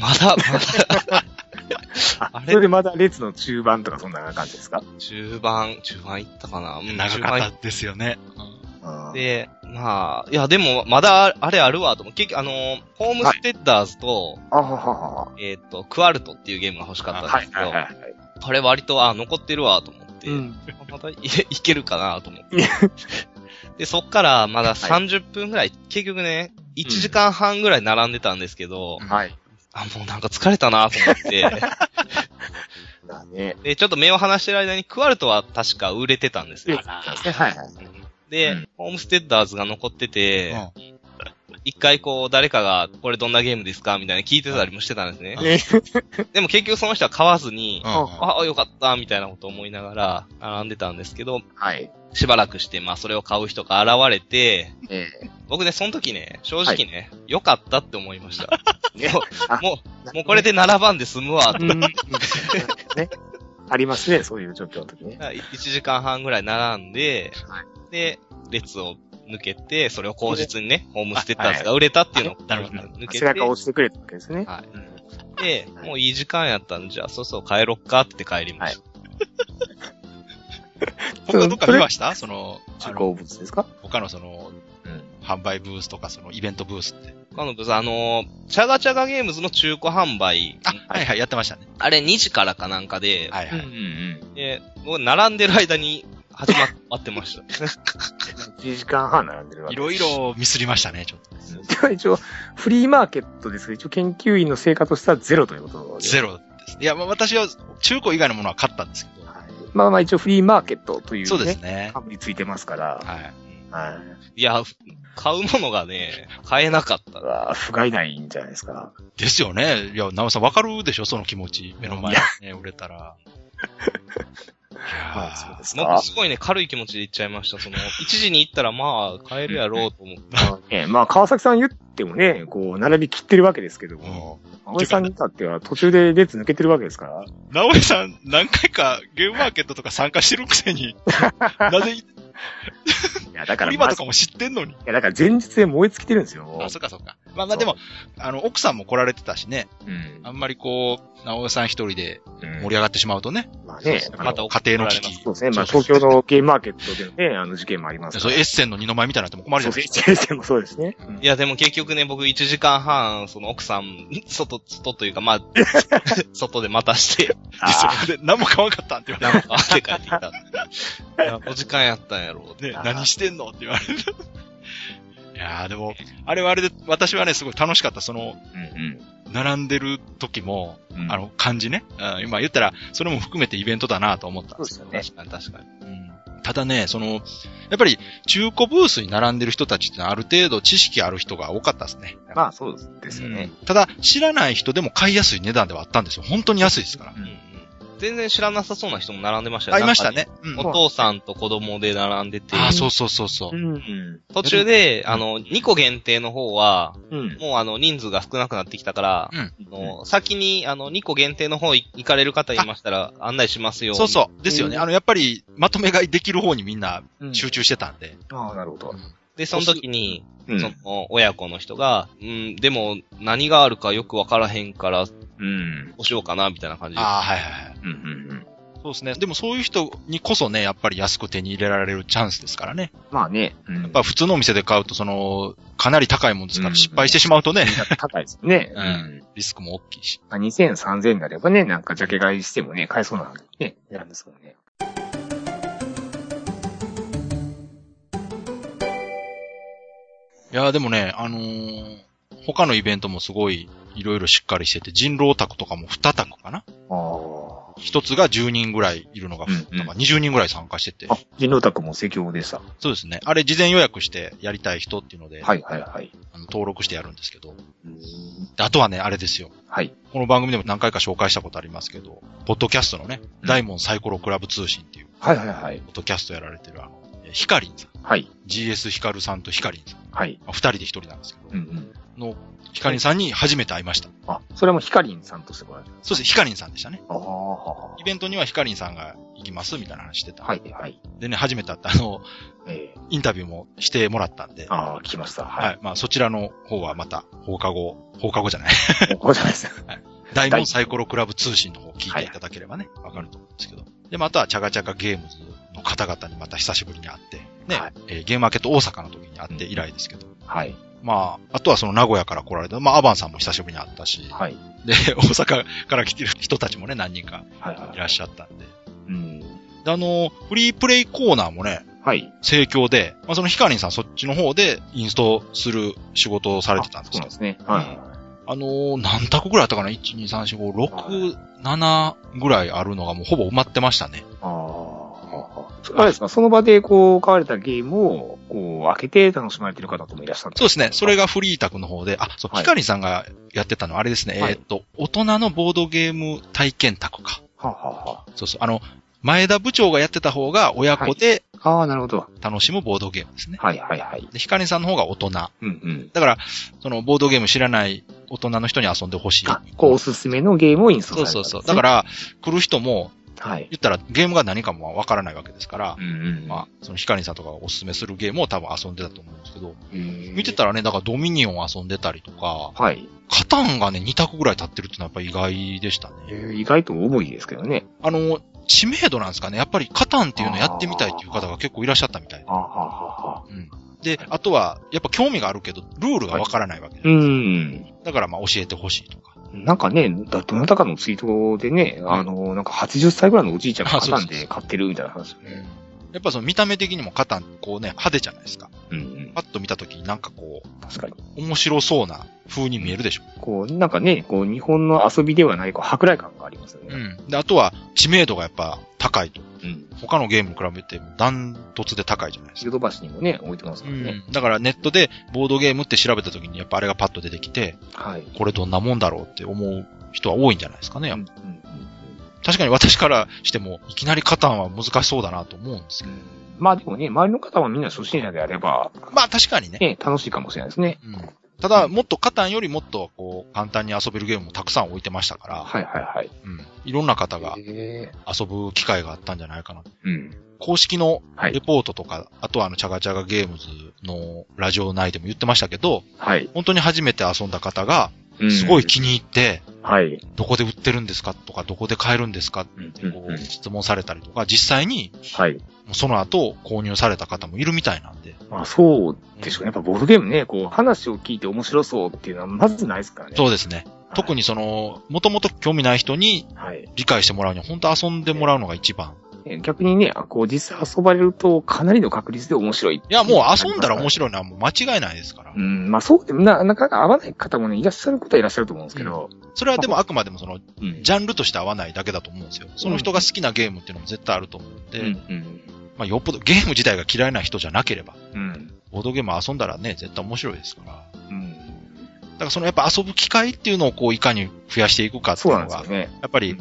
ま だ、まああれそれでまだ列の中盤とかそんな感じですかだ、中盤、中盤行ったかなうん長中か盤ったですよね。うんで、まあ、いや、でも、まだ、あれあるわ、と思う。結局、あのー、ホームステッダーズと、あははは。えっ、と、クワルトっていうゲームが欲しかったんはでいすけはど、いはい。これ割と、あ、残ってるわ、と思って、うん。またい いけるかな、と思って。で、そっから、まだ30分ぐらい、結局ね、1時間半ぐらい並んでたんですけど、うんはい。あ、もうなんか疲れたな、と思 って、だね。で、ちょっと目を離してる間に、クワルトは確か売れてたんですよ。はいはい。で、うんホームステッダーズが残ってて、う一回こう、誰かが、これどんなゲームですかみたいな聞いてたりもしてたんですねう。んねでも結局その人は買わずに、ん。うんああ、よかった、みたいなこと思いながら、並んでたんですけど、はい。しばらくして、まあそれを買う人が現れて、え僕ね、その時ね、正直ね、よかったって思いました。 え。ねもあう、もう、もうこれで並ばんで済むわ。うん。ね。ありますね、そういう状況の時ね。 1時間半ぐらい並んで、はで、列を抜けて、それを口実にね、ホームステッダーズが売れたっていうのをなるほど抜け背て、中を押してくれたわけですね。はいうんで、はいもういい時間やったんでじゃあ、そうそう帰ろっかって帰りました。他どっか見ましたその、あ中の古物ですか他のその、うん。販売ブースとか、そのイベントブースって。他のブース、あのー、チャガチャガゲームズの中古販売、あ、はいはい、やってましたね。あれ2時からかなんかで、はいはい。ん。で、僕並んでる間に始まっ 待ってました。 1時間半並んでるわいけろいろミスりましたね、ちょっと。です。では一応、フリーマーケットですが、一応研究員の成果としてはゼロということで。ゼロです。いや、まあ私は中古以外のものは買ったんですけど。はい。まあまあ一応フリーマーケットというね。そうですね。株についてますから。はい。はい。いや、買うものがね、買えなかったう。わ不甲斐ないんじゃないですか。ですよ ね。いや、なおさんわかるでしょその気持ち。目の前にね、売れたら。やーそうですなんかか。すごいね、軽い気持ちで行っちゃいました。その、1時に行ったらまあ、帰るやろうと思って。まあね、まあ、川崎さん言ってもね、こう、並び切ってるわけですけども、青井さんに至っては途中で列抜けてるわけですから。直江さん、何回かゲームマーケットとか参加してるくせ に、なぜ、いや、だから、今まあ、といかも知ってんのに。や、だから前日で燃え尽きてるんですよ。あ、 そっかそっか。まあまあでも、あの、奥さんも来られてたしね、うんあんまりこう、直江さん一人でうん盛り上がってしまうとね、まあそうねそう、だからまた家庭の危機。そうですね。まあ、そう東京のゲームマーケットでね、あの事件もありますそう、エッセンの二の舞みたいになっても困るじゃそうないでですか。すね。もそうですね。いや、でも結局ね、僕1時間半、その奥さん、外、外というか、まあ、 外で待たして、あで、それで何も買わんかったんって言われてなんか、汗帰ってきた。いや、お時間やったんやろうって。ね、 あー何してんのって言われる。いやーでも、あれはあれで、私はね、すごい楽しかった。その、あうん並んでる時も、うん。あ、の、感じね。うん今言ったら、それも含めてイベントだなと思ったんですけどそうで確かに確かに。うんただね、その、やっぱり、中古ブースに並んでる人たちってのはある程度知識ある人が多かったですね。まあ、そうですよね。ただ、知らない人でも買いやすい値段ではあったんですよ。本当に安いですから。うんうん全然知らなさそうな人も並んでましたよありました。ね。なうんんかお父さんと子供で並んでて、ああ、そうそうそうそう。ん。途中で、あの、2個限定の方は、うん。もうあの、人数が少なくなってきたから、あの先に、あの、2個限定の方い行かれる方いましたら、案内しますよ。そうそう。ですよね。うんあの、やっぱり、まとめ買いできる方にみんなうん集中してたんで。ああ、なるほど。で、その時に、うんその、親子の人が、うん、でも、何があるかよくわからへんから、どうん。うしようかな、みたいな感じで。ああ、はいはいはい。うん。うん。そうですね。でもそういう人にこそね、やっぱり安く手に入れられるチャンスですからね。まあね。うんやっぱ普通のお店で買うと、その、かなり高いもんですから、失敗してしまうとね、高いですよね。ううんん。リスクも大きいし。まあ2000、3000になればね、なんかジャケ買いしてもね、買えそうなね、なんですもんね。いやーでもね、あのー他のイベントもすごい、いろいろしっかりしてて、人狼宅とかも2宅かなあ一つが10人ぐらいいるのが、うんうんなんか20人ぐらい参加しててあ。あ、、人狼宅も盛況でした。そうですね。あれ事前予約してやりたい人っていうので、はいはいはい。あの登録してやるんですけど、うんであとはね、あれですよ。はい。この番組でも何回か紹介したことありますけど、ポッドキャストのね、うんダイモンサイコロクラブ通信っていう、はいはいはい。ポッドキャストやられてるあの、えヒカリンさん、はい。 GS ヒカルさんとヒカリンさん、はい。あ二人で一人なんですけど、うんうん。の、ヒカリンさんに初めて会いました。あ、それもヒカリンさんとしてもらえる。そうですね、ヒカリンさんでしたね。ああ。イベントにはヒカリンさんが行きますみたいな話してた。はいはい。でね、初めて会ったあの、ええインタビューもしてもらったんで、ああ、聞きました。は。はいまあ、そちらの方はまた、放課後、放課後じゃない。い。こうじゃないですか。大門サイコロクラブ通信の方を聞いていただければね、わかると思うんですけど。で、また、チャガチャガゲームズの方々にまた久しぶりに会って、ね、はいえーゲームマーケット大阪の時に会って以来ですけど。はい。まあ、あとはその名古屋から来られた、まあ、アバンさんも久しぶりに会ったし、はい。で、 大阪から来てる人たちもね、何人かはいいはらっい。しゃったんで。うん。で、あの、フリープレイコーナーもね、はい。盛況で、まあ、そのヒカリンさんそっちの方でインストする仕事をされてたんですそけうどなんですね。はいはいあのー何択ぐらいあったかな ?1、2、3、4、5、6、7ぐらいあるのがもうほぼ埋まってましたね。はい。ああ。あれですか、その場でこう、買われたゲームを、こう、開けて楽しまれてる方ともいらっしゃるんそうですね。それが。がフリータクの方で、あ、そう、はいヒカリンさんがやってたのはあれですね。はいえーっと、大人のボードゲーム体験宅か。はあはあはそうそう。あの、前田部長がやってた方が親子であ。ああ、なるほど。楽しむボードゲームですね。はいはいはい。で、ヒカリンさんの方が大人。だうんうん。から、その、ボードゲーム知らない大人の人に遊んでほしい。あ、こう、おすすめのゲームをインスそトうさそれうたそんう。ですねだか、ら、来る人も、はい。言ったらゲームが何かもわからないわけですからう、んうん。まあ、そのヒカリンさんとかがおすすめするゲームを多分遊んでたと思うんですけど、見見てたらね、だからドミニオン遊んでたりとか、はい。カタンがね、2択ぐらい立ってるってのはやっぱ意外でしたえね。ー意外と重いですけどね。あの、知名度なんですかね。やっぱりカタンっていうのやってみたいっていう方が結構いらっしゃったみたいで。あははは。うん。で、あとは、やっぱ興味があるけど、ルールがわからないわけうで。ん。だからまあ教えてほしいとか。なんかね、だどなたかのツイートでね、あの、なんか80歳ぐらいのおじいちゃんがあそう肩そうで買ってるみたいな話をね。やっぱその見た目的にもカタン、こうね、派手じゃないですか。うんうん。パッと見た時になんかこう、確かに。面白そうな風に見えるでしょ。こう、なんかね、こう、日本の遊びではない、こう、舶来感がありますようね。ん。で、あとは知名度がやっぱ高いと。うん。他のゲームに比べてもダントツで高いじゃないですシルか。ド橋にもね、置いてますもんね。だからネットでボードゲームって調べた時にやっぱあれがパッと出てきて、はい。これどんなもんだろうって思う人は多いんじゃないですかね。うやっんぱうん確かに私からしても、いきなりカタンは難しそうだなと思うんですけど。まあでもね、周りの方はみんな初心者であれば、まあ確かにね。ね、楽しいかもしれないですね。うん。ただ、もっとカタンよりもっと、こう、簡単に遊べるゲームもたくさん置いてましたから、はいはいはい。うん。いろんな方がえ遊ぶ機会があったんじゃないかな。えうん。公式のはいレポートとか、あとはあの、チャガチャガゲームズのラジオ内でも言ってましたけど、はい。本当に初めて遊んだ方が、すごい気に入って、はい。どこで売ってるんですかとか、どこで買えるんですかっうんてうんこうんう質問されたりとか、実際にはい。もうその後購入された方もいるみたいなんで。まあそうでしょうね。やっぱボードゲームね、こう、話を聞いて面白そうっていうのはまずないですからね。。そううですね。特にその、もともと興味ない人にはい。理解してもらうには、本当遊んでもらうのが一番。え逆にね、こう、実際遊ばれるとかなりの確率で面白い。いや、もう遊んだら面白白い。いのはもう間違いないですからう。ん、まあそうでもな、なかなか合わない方もね、いらっしゃることはいらっしゃると思うんですけど、それはでもあくまでもその、うんジャンルとして合わないだけだと思うんですよ。その人が好きなゲームっていうのも絶対あると思うんうで、ん、まあよっぽどゲーム自体が嫌いな人じゃなければ、うん、うん、ボードゲーム遊んだらね、絶対面白いですから。うん。だからそのやっぱ遊ぶ機会っていうのをこういかに増やしていくかってそいううなんのですがよ、ね。やっぱうりん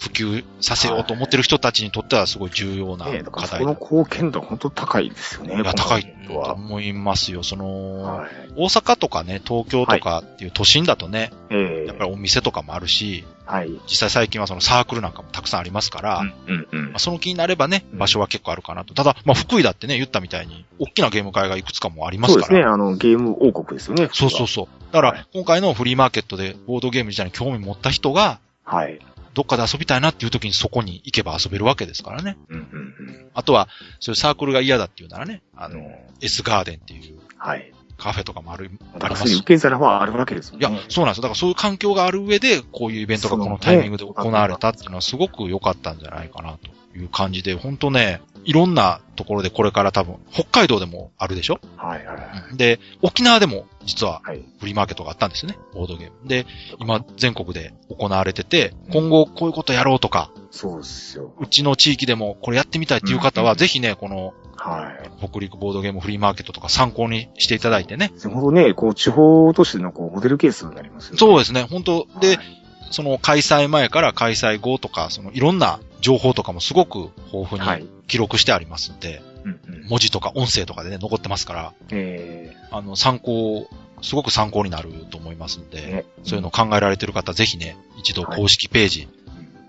普及させようと思ってる人たちにとってはすごい重要な課ね題え、だだからそこの貢献度は本当高いですよね。いやこの高い人とは。思いますよ。その、はい。大阪とかね、東京とかっていう都心だとね、ええやっぱりお店とかもあるし、はい。実際最近はそのサークルなんかもたくさんありますから、まうん、うん、うんあ、。その気になればね、うん場所は結構あるかなと。ただ、まあ、福井だってね、言ったみたいに、大きなゲーム会がいくつかもありまそすうかでら。すね。あの、ゲーム王国ですよね。そうそうそそう。だかはら、今回のフリーマーケットでボードゲーム自体に興味持った人が、う。はい。どっかで遊びたいなっていう時にそこに行けば遊べるわけですからね。うん、うん、うん。あとは、そういうサークルが嫌だっていうならね、ああの、の、 S ガーデンっていうはい。カフェとかもある、だあかりらまそうすいうし。受け皿はあるわけですよいね。や、そうなんですよ。だからそういう環境がある上で、こういうイベントがこのタイミングで行われたっていうのはすごく良かったんじゃないかなという感じで、本当ね、いろんなところでこれから多分、北海道でもあるでしょはい、はい。で、沖縄でも実ははい。フリーマーケットがあったんですよね、ボードゲーム。で、今全国で行われてて、今後こういうことやろうとか、そうですよ。うちの地域でもこれやってみたいっていう方うんうは、んぜひね、このはい。北陸ボードゲームフリーマーケットとか参考にしていただいてね。ほどね、こう、地方都市のこう、モデルケースになりますよね。そううですね、本当で、、その開催前から開催後とか、そのいろんな情報とかもすごく豊富はにい。記録してありますんで、うん、うん。文字とか音声とかでね、残ってますから、えあの、参考、すごく参考になると思いますんえで、ね。そういうのを考えられてる方、ぜひね、一度公式ページ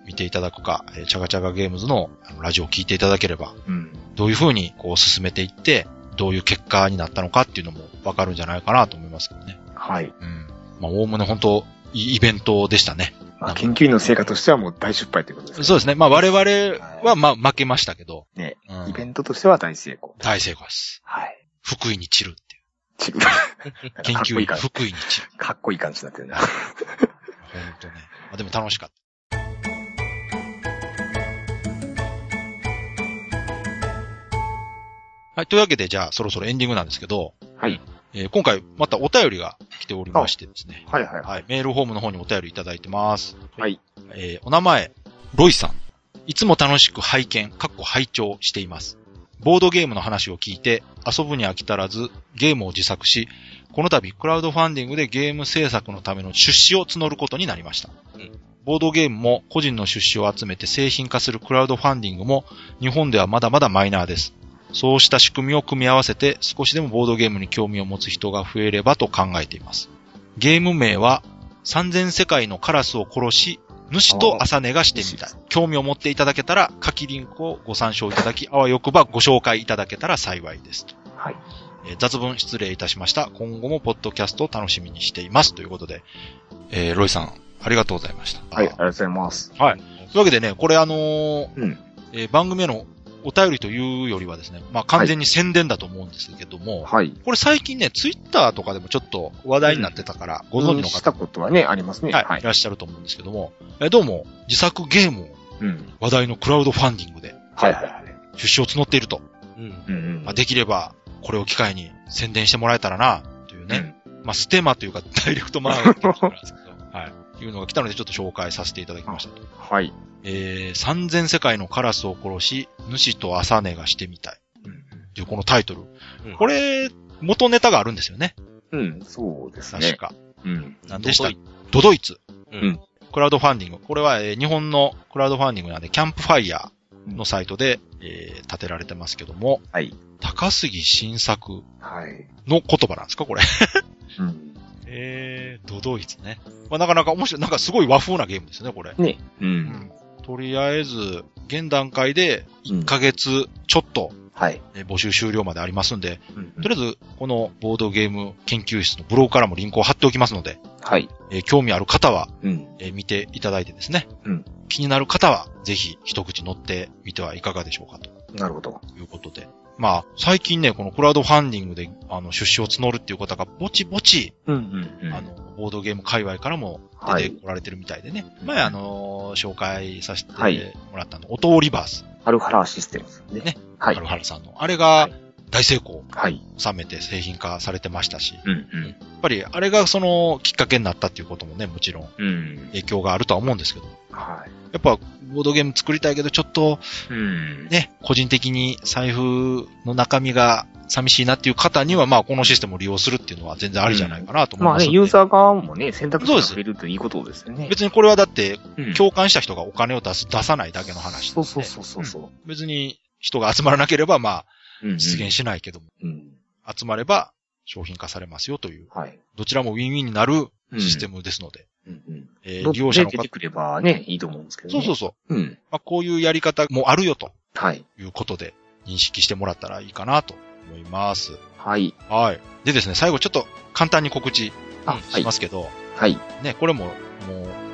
見ていただくか、えーチャガチャガゲームズのあのラジオを聞いていただければ、うん。どういう風にこう進めていって、どういう結果になったのかっていうのもわかるんじゃないかなと思いますけどね。はい。うん。まあ、おおむね本当、いいイベントでしたね。まあ、研究員の成果としてはもう大失敗ということですね。そうですね。まあ、我々は、まあ、負けましたけど。ねうんイベントとしては大成功。大成功です。はい。福井に散るっていう。 ち研かっこ究い員い感がじ。福井に散る。かっこいい感じになってるな。本当ね。まあ、でも楽しかっはい。というわけで、じゃあ、そろそろエンディングなんですけど、はい。えー今回、またお便りが来ておりましてですね。はいはい。はい。メールフォームの方にお便りいただいてます。はい。えーお名前、ロイさん。いつも楽しく拝見、かっこ拝聴しています。ボードゲームの話を聞いて、遊ぶに飽き足らず、ゲームを自作し、この度、クラウドファンディングでゲーム制作のための出資を募ることになりました。うんボードゲームも個人の出資を集めて製品化するクラウドファンディングも、日本ではまだまだマイナーです。そうした仕組みを組み合わせて、少しでもボードゲームに興味を持つ人が増えればと考えています。ゲーム名は、3000世界のカラスを殺し、主と朝根がしてみたい。興味を持っていただけたら、書きリンクをご参照いただき、あわよくばご紹介いただけたら幸いです。はい。えー雑文失礼いたしました。今後もポッドキャストを楽しみにしています。ということで、えーロイさん、ありがとうございました。はい、ありがととうございます。いうわけでね、これあのーうんえー番組へのお便りというよりはですね、まあ完全に宣伝だと思うんですけども、はい。これ最近ね、ツイッターとかでもちょっと話題になってたから、ご存知のし方たことはね、ありますね。はい、はいい、。らっしゃると思うんですけども、えーどうも、自作ゲームをうん。話題のクラウドファンディングではいはいはい。出資を募っていると。うん。うんうんまあ、できれば、これを機会に宣伝してもらえたらな、というね。まあ、ステマというか、 ダイレクトマーケティングなんです けど、はい。いうのが来たので、ちょっと紹介させていただきましたと。はい。えー、三千世界のカラスを殺し、主と朝根がしてみたい。うんというこのタイトル。うんこれ、元ネタがあるんですよね。うん、そうです確ね。か。うん。何でしドたドイドドイツ。ううんん。クラウドファンディング。これは、えー日本のクラウドファンディングなんで、キャンプファイヤーのサイトで、えー立てられてますけども、はい。高杉晋作はい。の言葉なんですかこれ。うん。えー、ドドイツね。まあ、なかなか面白い、なんかすごい和風なゲームですね、これ。ね。う。うんん。とりあえず、現段階でうん1ヶ月ちょっと、はい。えー募集終了までありますんで、うんとりあえず、このボードゲーム研究室のブログからもリンクを貼っておきますので、はい。えー興味ある方は、うん。えー見ていただいてですね。うん気になる方は、ぜひ一口乗ってみてはいかがでしょうかとなるほど。いうことで。まあ、最近ね、このクラウドファンディングで、あの、出資を募るっていう方が、ぼちぼち、うんうんうんあの、ボードゲーム界隈からもは出てい。こられてるみたいでね。うん前、あのー紹介させてもはいらったの、オトオリバース、アルハラシステムですね。ねはカルい。ハラさんの。あれがは、大成功をはい。収めて製品化されてましたし、やうんうんっぱり、あれがその、きっかけになったっていうこともね、もちろんうん。影響があるとは思うんですけど、はい。やっぱ、ボードゲーム作りたいけど、ちょっと、うん。ね、個人的に財布の中身が寂しいなっていう方には、まあ、このシステムを利用するっていうのは全然ありじゃないかなと思いまあますね、んで、ユーザー側もね、選択肢が増えるといいことですよね。別にこれはだって、うん共感した人がお金を出す、出さないだけの話。そうそうそうそうそう。別に人が集まらなければ、まうあ、んうん実現しないけども、うん。集まれば商品化されますよという、はい。どちらもウィンウィンになるシステムですので、うんうんえーどっち利用者での出方て、くればね、いいと思うんですけどそうね。そうそう、うん。まあ、こういうやり方もあるよとはい。いうことで認識してもらったらいいかなと思います。はい。はい。でですね、最後ちょっと簡単に告知あ、うんはしいま。すけど、はい。ね、これも、もう、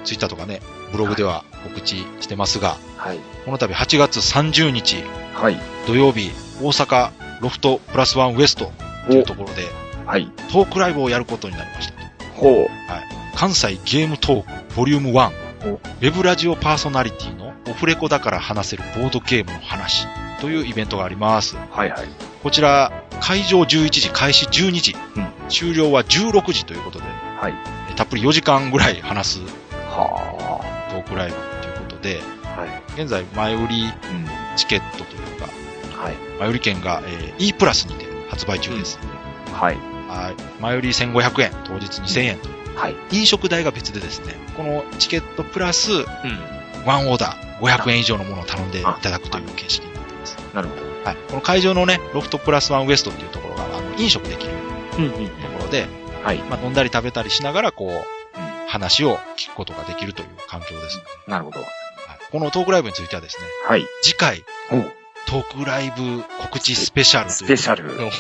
ツイッターとかね、ブログでは告知してますが、はい。この度8月30日はい。土曜日、大阪ロフトプラスワンウエストというところで、はい。トークライブをやることになりました。ほ関西ゲームトークボリューム1お、ウェブラジオパーソナリティのオフレコだから話せるボードゲームの話というイベントがあります。う。はいはい。こちら、会場11時、開始12時、うん終了は16時ということで、はい。えたっぷり4時間ぐらい話すはトークライブということで、あ。はい。現在前売りうん。チケットというか、はい。前売り券が、えー E プラスにて発売中です。はい。はい。前売り1500円、当日2000円と。はい。飲食代が別でですね、このチケットプラスうん。ワンオーダー500円以上のものを頼んでいただくという形式になっています。なるほど。はい。この会場のね、ロフトプラスワンウエストっていうところが、あの、飲食できるうんうん。ところで、はい。まあ、飲んだり食べたりしながら、こう、話を聞くことができるという環境ですので、なるほど。はい。このトークライブについてはですね、はい。次回、おトークライブ告知スペシャルとスいうペシャル。もう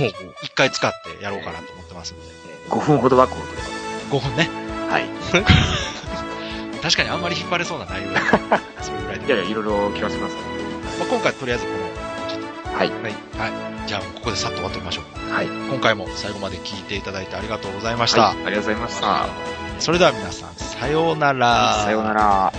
一回使ってやろうかなと思ってますので、 5分ほどはこう5分ね。はい。確かにあんまり引っ張れそうな内容だ からそれぐらいで。いやいや、いろいろ気がします。まあ、今回とりあえずこの、はい。はい。じゃあもうここでさっと終わってみましょう。はい。今回も最後まで聞いていただいてありがとうございました。はいありがとうございました。それでは皆さん、さようなら。さようなら。